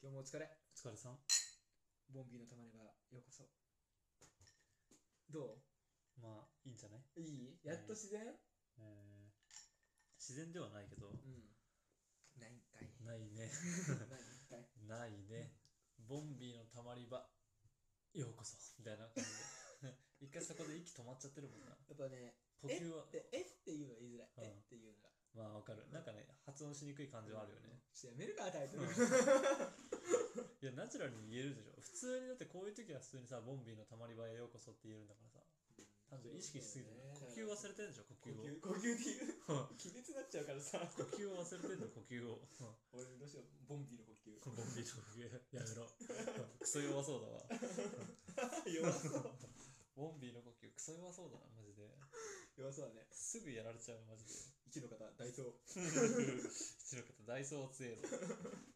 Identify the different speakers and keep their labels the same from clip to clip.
Speaker 1: 今日もお疲れ
Speaker 2: お疲れさん。
Speaker 1: ボンビーの玉ねばようこそど
Speaker 2: まあ、いいんじゃないう
Speaker 1: いいやっと自然、
Speaker 2: えー自然ではないけど、
Speaker 1: うんないん かい
Speaker 2: ないね。
Speaker 1: ないんかい
Speaker 2: ないね。ボンビーのたまり場、ようこそ。みたいな感じで。一回そこで息止まっちゃってるもんな。
Speaker 1: やっぱね
Speaker 2: 呼吸は、
Speaker 1: でえっていうのは言いづらい、
Speaker 2: うん
Speaker 1: えっていうのが
Speaker 2: まあわかる。なんかね、発音しにくい感じはあるよね。
Speaker 1: ちょっとやめるかタイ トル
Speaker 2: いや、ナチュラルに言えるでしょ。普通に、だってこういう時は普通にさ、ボンビーのたまり場へようこそって言えるんだからさ。単純に意識しすぎてる。呼吸忘れてるでしょ、呼
Speaker 1: 呼
Speaker 2: 吸を。
Speaker 1: 吸呼吸っていう
Speaker 2: うん
Speaker 1: 気絶になっちゃうからさ
Speaker 2: 呼吸を忘れてるの、呼吸を。うん
Speaker 1: 俺どうしようボンビーの呼 吸
Speaker 2: ボンビーの呼吸、やめろ。クソ弱そうだわ。
Speaker 1: 弱そう
Speaker 2: ボンビーの呼吸クソ弱そうだなマジで
Speaker 1: 弱そうだね
Speaker 2: すぐやられちゃうマジで
Speaker 1: 一の方ダイソー
Speaker 2: 一の方ダイソーは強いぞ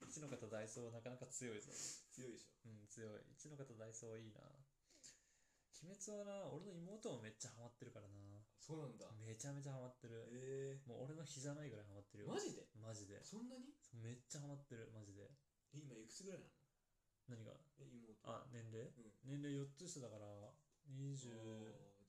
Speaker 2: 一の方ダイソーはなかなか強いぞ
Speaker 1: 強いでしょ
Speaker 2: うん強い一の方ダイソーはいいな鬼滅はな俺の妹もめっちゃハマってるからな
Speaker 1: そうなんだ
Speaker 2: めちゃめちゃハマってる
Speaker 1: え
Speaker 2: もう俺の日じゃないぐらいハマってる
Speaker 1: ー、
Speaker 2: よ
Speaker 1: マジで
Speaker 2: マジで
Speaker 1: そんなに
Speaker 2: めっちゃハマってるマジで
Speaker 1: え今いくつぐらいなの
Speaker 2: 何が
Speaker 1: え妹
Speaker 2: あ年齢
Speaker 1: うん
Speaker 2: 年齢4つ下だから
Speaker 1: お
Speaker 2: 2223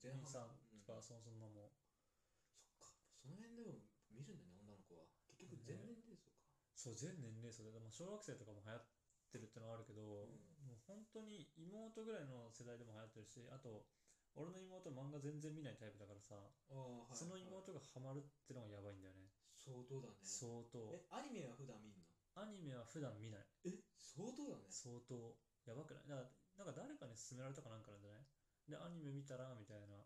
Speaker 1: ー前半
Speaker 2: とかそもそんなもん
Speaker 1: そっかその辺でも見るんだね女の子は結局全年齢層か、
Speaker 2: そう全年齢層で、まあ、小学生とかも流行ってるってのはあるけど、もう本当に妹ぐらいの世代でも流行ってるしあと俺の妹漫画全然見ないタイプだからさ、
Speaker 1: ああ
Speaker 2: その妹がハマるってのがやばいんだよね、
Speaker 1: 相当だね
Speaker 2: 相当
Speaker 1: えアニメは普段見んの
Speaker 2: アニメは普段見ない
Speaker 1: え相当だね
Speaker 2: 相当やばくないだなんか誰かに勧められたかなんかなんじゃないでアニメ見たらみたいな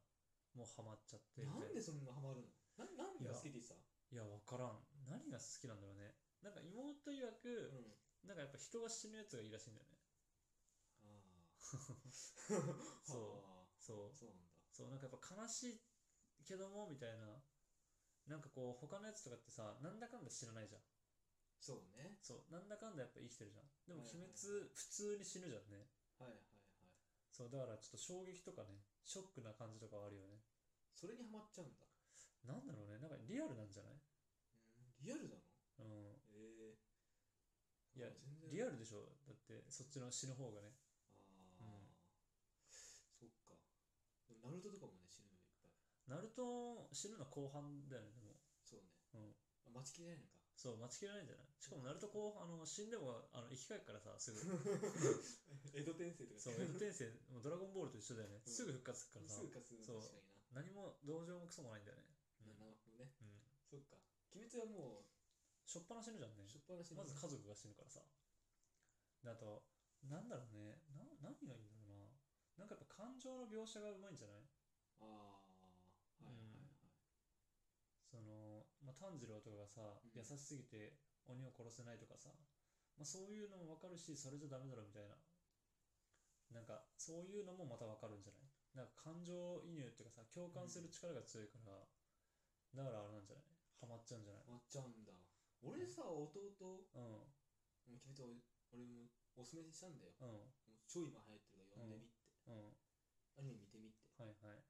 Speaker 2: もうハマっちゃってみた
Speaker 1: な
Speaker 2: い
Speaker 1: んでそんなハマるのな何が好きでさ
Speaker 2: いや分からん何が好きなんだろうねなんか妹曰
Speaker 1: う
Speaker 2: く、
Speaker 1: ん
Speaker 2: なんかやっぱ人が死ぬやつがいいらしいんだよね
Speaker 1: ああ
Speaker 2: そう
Speaker 1: あ
Speaker 2: そ
Speaker 1: ー
Speaker 2: う
Speaker 1: そうなんだ
Speaker 2: そうなんかやっぱ悲しいけどもみたいななんかこう他のやつとかってさなんだかんだ死なないじゃん
Speaker 1: そうね
Speaker 2: そうなんだかんだやっぱ生きてるじゃんでも
Speaker 1: はい
Speaker 2: 鬼
Speaker 1: はい
Speaker 2: 滅
Speaker 1: はい
Speaker 2: 普通に死ぬじゃんね
Speaker 1: はいはいはい
Speaker 2: そうだからちょっと衝撃とかねショックな感じとかはあるよね
Speaker 1: それにハマっちゃうんだ
Speaker 2: なんだろうねなんかリアルなんじゃない
Speaker 1: うんリアルなの
Speaker 2: うん
Speaker 1: ええ
Speaker 2: いや
Speaker 1: 全然
Speaker 2: リアルでしょだってそっちの死ぬ方がね
Speaker 1: ああ、
Speaker 2: うん
Speaker 1: そっかでもナルトとかもね死ぬのいっぱい
Speaker 2: ナルト死ぬの後半だよねでも
Speaker 1: そうね、
Speaker 2: うん
Speaker 1: あ待ちきれないのか
Speaker 2: そう待ちきれないんじゃないしかもナルト後半あの死んでもあの生き返るからさ すぐ
Speaker 1: 江戸転生とか
Speaker 2: そう エド転生もうドラゴンボールと一緒だよね
Speaker 1: うん
Speaker 2: すぐ復活するからさ
Speaker 1: すぐかすの
Speaker 2: そう
Speaker 1: 確かにな
Speaker 2: 何も同情もクソもないんだよね、うん
Speaker 1: なるほどね
Speaker 2: うん、
Speaker 1: そっか鬼滅はも
Speaker 2: しょっぱな死ぬじゃんね
Speaker 1: うしょっぱなし
Speaker 2: まず家族が死ぬからさであとなんだろうねな何がいいんだろうななんかやっぱ感情の描写がうまいんじゃない
Speaker 1: ああはいはいはい、
Speaker 2: その、まあ、炭治郎とかがさ
Speaker 1: うん
Speaker 2: 優しすぎて鬼を殺せないとかさ、まあ、そういうのも分かるしそれじゃダメだろみたいななんかそういうのもまた分かるんじゃないなんか感情移入っていうかさ共感する力が強いから、だからあれなんじゃないハマっちゃうんじゃない
Speaker 1: 終わっちゃうんだ俺さ弟
Speaker 2: うん
Speaker 1: 鬼滅を俺もおすすめしたんだよ
Speaker 2: うん
Speaker 1: もう超今流行ってるから読んでみって、
Speaker 2: うん
Speaker 1: アニメ見てみって
Speaker 2: はいはい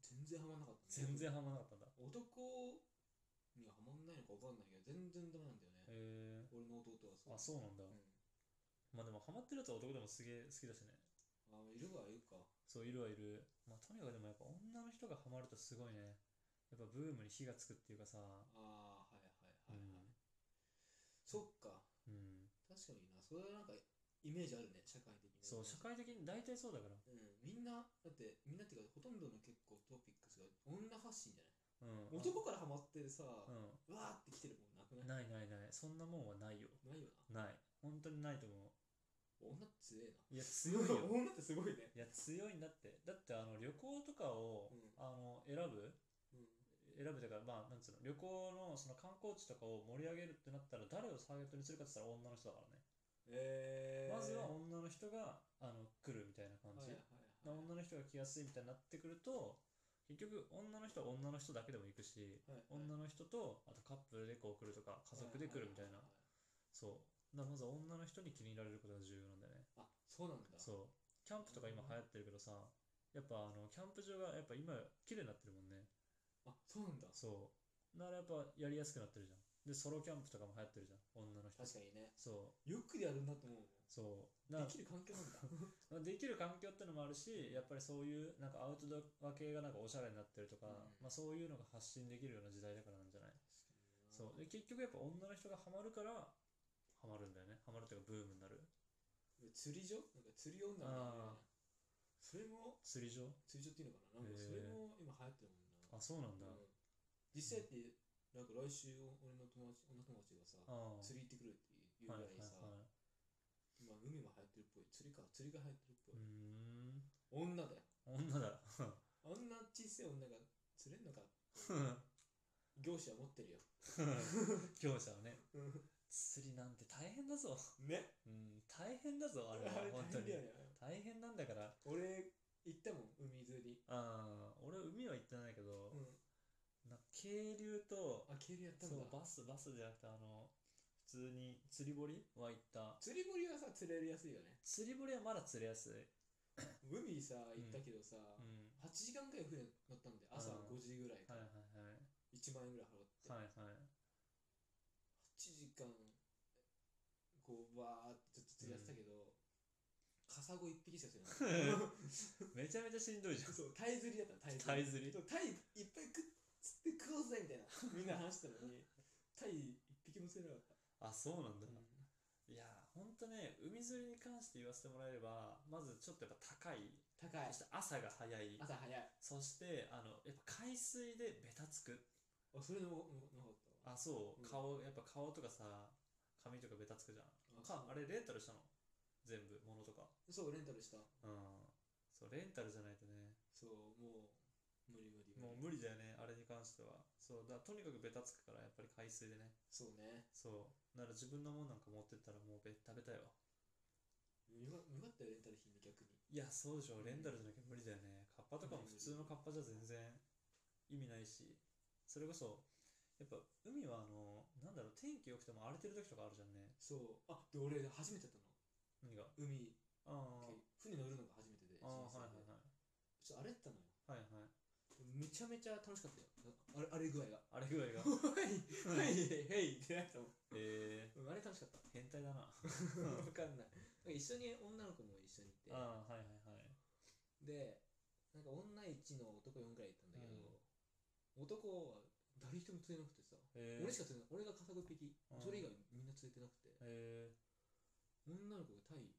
Speaker 1: 全然ハマんなかったね
Speaker 2: 全然ハマらなかったんだ
Speaker 1: 男にはハマんないのかわかんないけど全然ダメなんだよね
Speaker 2: へえ
Speaker 1: 俺の弟は
Speaker 2: あそうなんだ、
Speaker 1: うん
Speaker 2: まあでもハマってるやつは男でもすげえ好きだしね
Speaker 1: あいるはいるか
Speaker 2: そういるはいるまあとにかくでもやっぱ女の人がハマるとすごいねやっぱブームに火がつくっていうかさ
Speaker 1: ああはいはいは
Speaker 2: う
Speaker 1: いはい、
Speaker 2: ん
Speaker 1: そっか
Speaker 2: うん
Speaker 1: 確かになそれはなんかイメージあるね社会的に
Speaker 2: そう社会的に大体そうだから
Speaker 1: うんみんなだってみんなっていうかほとんどの結構トピックスが女発信じゃない
Speaker 2: うん
Speaker 1: 男からハマってさ、
Speaker 2: う
Speaker 1: わーって来てるもんなく
Speaker 2: ん
Speaker 1: ない
Speaker 2: ないないないそんなもんはないよ
Speaker 1: ないよな
Speaker 2: ない本当にないと思
Speaker 1: 女強えな
Speaker 2: ういや強いよ
Speaker 1: 女ってすごいね
Speaker 2: いや強いんだってだってあの旅行とかを、
Speaker 1: うん
Speaker 2: あの選ぶ
Speaker 1: うん
Speaker 2: 選ぶというか、まあ、なんつうの旅行のその観光地とかを盛り上げるってなったら誰をターゲットにするかって言ったら女の人だからね、
Speaker 1: えー、
Speaker 2: まずは女の人があの来るみたいな感
Speaker 1: はい
Speaker 2: じ、
Speaker 1: はいはい
Speaker 2: 女の人が来やすいみたいになってくると結局女の人は女の人だけでも行くし、
Speaker 1: はいはい
Speaker 2: 女の人とあとカップルでこう来るとか家族で来るみたいな、
Speaker 1: はは
Speaker 2: そうだからまずは女の人に気に入られることが重要なんだよね
Speaker 1: ははあそうなんだう
Speaker 2: そうキャンプとか今流行ってるけどさやっぱあのキャンプ場がやっぱ今綺麗になってるもんね
Speaker 1: あそうなんだ
Speaker 2: そう。ならやっぱやりやすくなってるじゃん。でソロキャンプとかも流行ってるじゃん女の人
Speaker 1: 確かにね
Speaker 2: そう
Speaker 1: よくやるなと思う
Speaker 2: そう
Speaker 1: で
Speaker 2: な
Speaker 1: きる環境 なんだ
Speaker 2: まあできる環境ってのもあるしやっぱりそういうなんかアウトドア系がなんかおしゃれになってるとか、
Speaker 1: うん
Speaker 2: まあ、そういうのが発信できるような時代だからなんじゃないそうで結局やっぱ女の人がハマるからハマるんだよねハマるというかブームになる
Speaker 1: 釣り場なんか釣り女みたい
Speaker 2: あ
Speaker 1: な
Speaker 2: ー
Speaker 1: それも
Speaker 2: 釣り場
Speaker 1: 釣り場っていうのかななんかそれも今流行ってるもんな
Speaker 2: あそうなんだ、
Speaker 1: うん実際ってなんか来週俺の友達女友達がさ
Speaker 2: ああ
Speaker 1: 釣り行ってくるっていうぐ
Speaker 2: はい
Speaker 1: ら
Speaker 2: はい
Speaker 1: いさ、
Speaker 2: はい
Speaker 1: 今海も流行ってるっぽい釣りか釣りが流行ってるっぽ
Speaker 2: う
Speaker 1: い、
Speaker 2: ーん
Speaker 1: 女だよ
Speaker 2: 女だ
Speaker 1: あんな小さい女が釣れんのか 業者は持ってるよ
Speaker 2: 業者はね
Speaker 1: うん
Speaker 2: 釣りなんて大変だぞ
Speaker 1: ね
Speaker 2: うん大変だぞあ
Speaker 1: あ
Speaker 2: れは
Speaker 1: れ
Speaker 2: 本
Speaker 1: 大
Speaker 2: 当
Speaker 1: 変
Speaker 2: に
Speaker 1: だよね
Speaker 2: 大変なんだから
Speaker 1: 俺行ったもん海釣り
Speaker 2: ああ俺は海は行ってないけど、
Speaker 1: うん
Speaker 2: な渓流と
Speaker 1: あ渓流やったん
Speaker 2: そ
Speaker 1: だ
Speaker 2: うバスバスじゃなくてあの普通に釣り堀は行った
Speaker 1: 釣り堀はさ釣れるやすいよね
Speaker 2: 釣り堀はまだ釣れやすい、
Speaker 1: 海さ行ったけどさ、
Speaker 2: うん、
Speaker 1: 8時間くらい船乗ったんで朝
Speaker 2: あー
Speaker 1: 5時ぐらいか
Speaker 2: はいは
Speaker 1: ら
Speaker 2: いはい
Speaker 1: 1万円ぐらい払って、
Speaker 2: はいはい
Speaker 1: 8時間こうバーってずっと釣りやってたけど、カサゴ1匹しか釣れなかった
Speaker 2: めちゃめちゃしんどいじ ゃん
Speaker 1: そうタイ釣りだったタイ
Speaker 2: タ
Speaker 1: 釣り
Speaker 2: イ釣り
Speaker 1: そうタイいっぱい食っ釣って食おうぜみたいなみんな話してたのにタイ1匹も釣れなかった、
Speaker 2: あそうなんだ、
Speaker 1: うん
Speaker 2: いやーほんとね海釣りに関して言わせてもらえればまずちょっとやっぱ高い
Speaker 1: 高い
Speaker 2: そして朝が早い
Speaker 1: 朝早いあ
Speaker 2: そしてあのやっぱ海水でベタつく
Speaker 1: それののなかったわ
Speaker 2: あそう、
Speaker 1: うん
Speaker 2: 顔やっぱ顔とかさ髪とかベタつくじゃん
Speaker 1: あ
Speaker 2: かあれレンタルしたの全部物とか
Speaker 1: そうレンタルした
Speaker 2: うんそうレンタルじゃないとね
Speaker 1: そうもう無理無理無理
Speaker 2: もう無理だよねあれに関してはそうだとにかくベタつくからやっぱり海水でね
Speaker 1: そうね
Speaker 2: そうなら自分のもんなんか持ってったらもうベッタベタよ
Speaker 1: よかよかったよレンタル品で逆に
Speaker 2: いやそうでしょレンタルじゃなきゃ無理だよねカッパとかも普通のカッパじゃ全然意味ないしそれこそやっぱ海はあのなんだろう天気良くても荒れてる時とかあるじゃんね
Speaker 1: そうあで俺初めてやったの
Speaker 2: 海が
Speaker 1: 海
Speaker 2: ああ
Speaker 1: 船乗るのが初めてで
Speaker 2: ああはいはい
Speaker 1: い
Speaker 2: はい
Speaker 1: ちょっと荒れてたのよ
Speaker 2: はいはい。
Speaker 1: めちゃめちゃ楽しかったよあれあれ具合が
Speaker 2: あれぐら いが。
Speaker 1: はいはいはいってなったもん
Speaker 2: え
Speaker 1: うんあれ楽しかった
Speaker 2: ー、変態だな。
Speaker 1: わかんないなんか一緒に女の子も一緒にいて
Speaker 2: ああ、はいはいはい。
Speaker 1: でなんか女1の男4くらいいたんだけど、男は誰一人も釣れなくてさ、
Speaker 2: えー、
Speaker 1: 俺しか釣れない俺がカサゴ1匹
Speaker 2: うん
Speaker 1: それ以外みんな釣れてなくて、
Speaker 2: え
Speaker 1: 女の子がタイ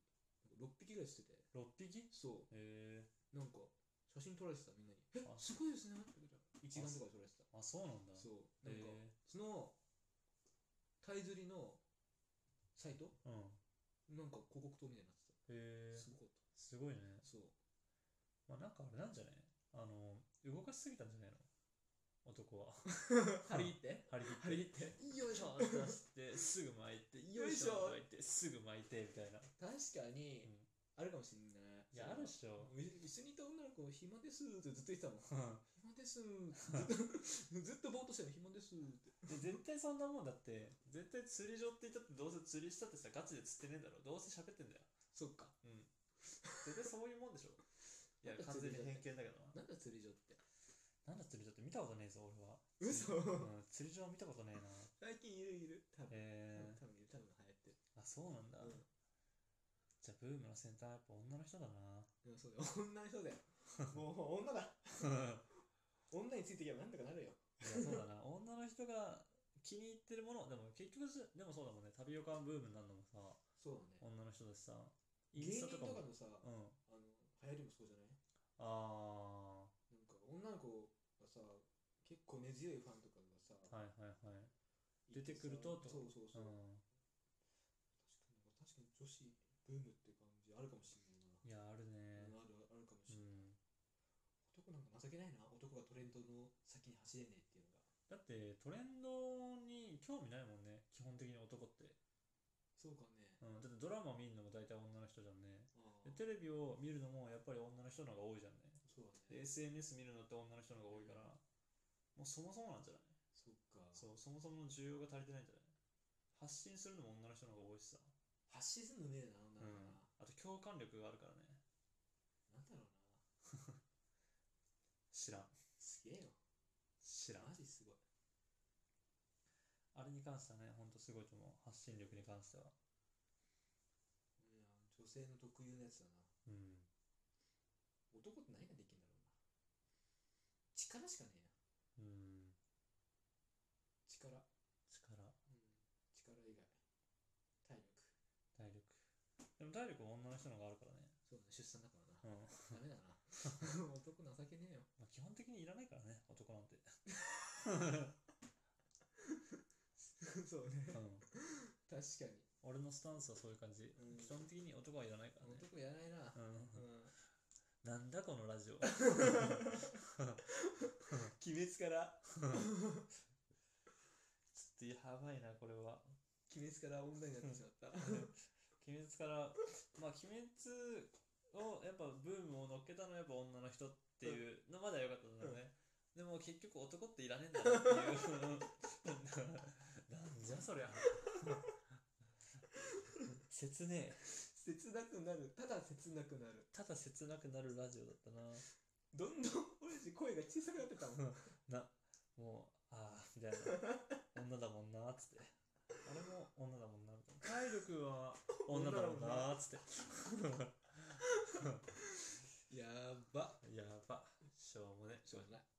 Speaker 1: 6匹ぐらい釣ってて
Speaker 2: ー、6匹
Speaker 1: そ
Speaker 2: え
Speaker 1: うなんか写真撮られてたみんなに「え
Speaker 2: あ
Speaker 1: すごいですね」って言って一眼とかで撮られてた
Speaker 2: ー、あ、そうなんだ。
Speaker 1: そう
Speaker 2: え
Speaker 1: なんか、そのタイ釣りのサイト
Speaker 2: ー、うん。
Speaker 1: なんか広告塔みたいになって
Speaker 2: え
Speaker 1: た
Speaker 2: ー
Speaker 1: す、ごかっ
Speaker 2: すごいね。
Speaker 1: たそう
Speaker 2: まあなんかあれなんじゃないあの、動かしすぎたんじゃないの男は。
Speaker 1: 張り切って
Speaker 2: 張り切って。
Speaker 1: 張り切って
Speaker 2: よいしょって出して、すぐ巻いて、よいしょって巻いて、すぐ巻いて、みたいな。
Speaker 1: 確かに
Speaker 2: うん
Speaker 1: あるかもしれない
Speaker 2: いや、あるっしょ。
Speaker 1: う一緒にいた女の子暇ですってずっと言ってたもん暇ですずっと ずっとぼーっとしてるの暇ですって
Speaker 2: で絶対そんなもんだって、絶対釣り場って言ったって、どうせ釣りしたってさ、ガチで釣ってねえだろ。どうせ喋ってんだよ。
Speaker 1: そっか
Speaker 2: うん。絶対そういうもんで しょ。いや、完全に偏見だけどな。
Speaker 1: なんだ釣り場って
Speaker 2: なんだ釣り場って見たことねえぞ、俺は。
Speaker 1: 嘘
Speaker 2: うん、釣り場は見たこと ねえな。
Speaker 1: 最近いるいる多分
Speaker 2: え
Speaker 1: 多分いる多分流行ってる
Speaker 2: ー、あ、そうなんだ。
Speaker 1: うん
Speaker 2: じゃあ、ブームの先端はやっぱ女の人だ な。
Speaker 1: でもそうだよ女の人だ よもう女だ女についていけばなんとかなるよ
Speaker 2: いや、そうだな。女の人が気に入ってるもの、でも結局じ、でもそうだもんね。タピオカブームになるのもさ、
Speaker 1: そうだね
Speaker 2: 女の人だしさ、イン
Speaker 1: 芸
Speaker 2: ス
Speaker 1: 人
Speaker 2: タ
Speaker 1: と
Speaker 2: とか
Speaker 1: か
Speaker 2: も。
Speaker 1: のさあ
Speaker 2: うん。
Speaker 1: の流行りもそうじゃない
Speaker 2: あ
Speaker 1: なんか女の子がさ結構根強いファンとかがさ
Speaker 2: ー、はいはいはい。
Speaker 1: いてさ
Speaker 2: 出てくるとと
Speaker 1: そうそう
Speaker 2: う
Speaker 1: そう、
Speaker 2: ん。
Speaker 1: 確かに女子ブームって感じあるかもしれない
Speaker 2: いや、ある
Speaker 1: な、
Speaker 2: ね。
Speaker 1: あるあるかもし
Speaker 2: う
Speaker 1: れない、
Speaker 2: ん。
Speaker 1: 男なんか情けないな男がトレンドの先に走れねえっていうのが
Speaker 2: だってトレンドに興味ないもんね基本的に男って、
Speaker 1: そうかね
Speaker 2: うん、だってドラマ見るのも大体女の人じゃんね
Speaker 1: ああ
Speaker 2: でテレビを見るのもやっぱり女の人の方が多いじゃんね
Speaker 1: そうだ
Speaker 2: で
Speaker 1: ね
Speaker 2: SNS 見るのって女の人の方が多いからもうそもそもなんじゃない
Speaker 1: そっか
Speaker 2: そうそもそもの需要が足りてないんじゃない発信するのも女の人の方が多いしさ、
Speaker 1: 発信するのねえな
Speaker 2: う
Speaker 1: 女
Speaker 2: ん
Speaker 1: の子な、、
Speaker 2: あと共感力があるからね
Speaker 1: なんだろうな
Speaker 2: 知らん
Speaker 1: すげえよ
Speaker 2: 知らん
Speaker 1: マジすごい
Speaker 2: ああれに関してはね、ほんとすごいと思う。発信力に関しては。
Speaker 1: いや女性の特有のやつだな
Speaker 2: うん。
Speaker 1: 男って何ができるんだろうな力しかねえな
Speaker 2: うん。
Speaker 1: 力、うん、力
Speaker 2: 力、
Speaker 1: 以外体力
Speaker 2: 体力。でも体力は女の人の方があるからね。
Speaker 1: そうだね出産だからな
Speaker 2: うん。
Speaker 1: ダメだ な男情けねえよ
Speaker 2: まあ、基本的にいらないからね、男なんて。
Speaker 1: そうね
Speaker 2: うん。
Speaker 1: 確かに
Speaker 2: 俺のスタンスはそういう感じ。
Speaker 1: うん
Speaker 2: 基本的に男はいらないからね。
Speaker 1: 男やらないな、
Speaker 2: うん
Speaker 1: う。ん、
Speaker 2: なんだこのラジオ。鬼滅から。ちょっとやばいな、これは。
Speaker 1: 鬼滅から女になってしまった
Speaker 2: 鬼滅から、まあ鬼滅をやっぱブームを乗っけたのはやっぱ女の人っていうのまだ良かったんだよね。でも結局男っていらねえんだなっていう。なんじゃ そりゃ。切ねえ。
Speaker 1: 切なくなるただ切なくなる
Speaker 2: ただ切なくなるラジオだったな。
Speaker 1: どんどん俺たち声が小さくなってたもん
Speaker 2: なもうああみたいな 女だもんなーっつってあれも女だもんなみたいな体力は女だもんなーっ つって
Speaker 1: やば
Speaker 2: やばしょうもね
Speaker 1: しょうがない